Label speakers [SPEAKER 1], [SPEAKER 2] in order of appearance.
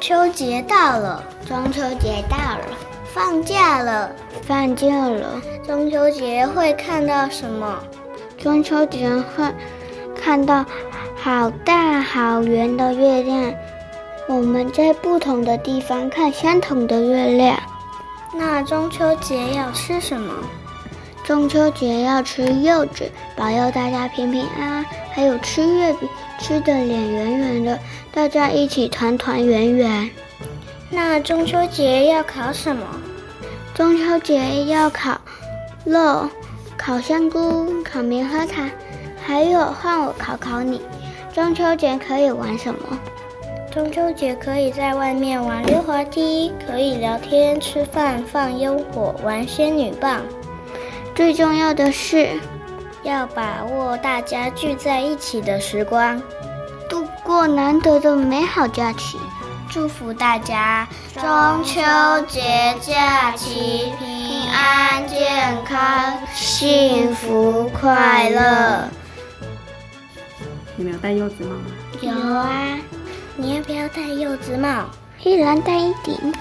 [SPEAKER 1] 秋节到了，
[SPEAKER 2] 中秋节到了，
[SPEAKER 1] 放假了，
[SPEAKER 2] 放假了。
[SPEAKER 1] 中秋节会看到什么？
[SPEAKER 2] 中秋节会看到好大好圆的月亮。我们在不同的地方看相同的月亮。
[SPEAKER 1] 那中秋节要吃什么？
[SPEAKER 2] 中秋节要吃柚子，保佑大家平平安安；还有吃月饼，吃的脸圆圆的，大家一起团团圆圆。
[SPEAKER 1] 那中秋节要烤什么？
[SPEAKER 2] 中秋节要烤肉、烤香菇、烤棉花糖，还有换我考考你，中秋节可以玩什么？
[SPEAKER 1] 中秋节可以在外面玩溜滑梯，可以聊天、吃饭、放烟火、玩仙女棒。
[SPEAKER 2] 最重要的是，
[SPEAKER 1] 要把握大家聚在一起的时光，
[SPEAKER 2] 度过难得的美好假期。
[SPEAKER 1] 祝福大家
[SPEAKER 3] 中秋节假期平安健康、幸福快乐。
[SPEAKER 4] 你们有戴柚子帽吗？
[SPEAKER 2] 有啊。
[SPEAKER 1] 你要不要戴柚子帽？
[SPEAKER 2] 一人戴一顶。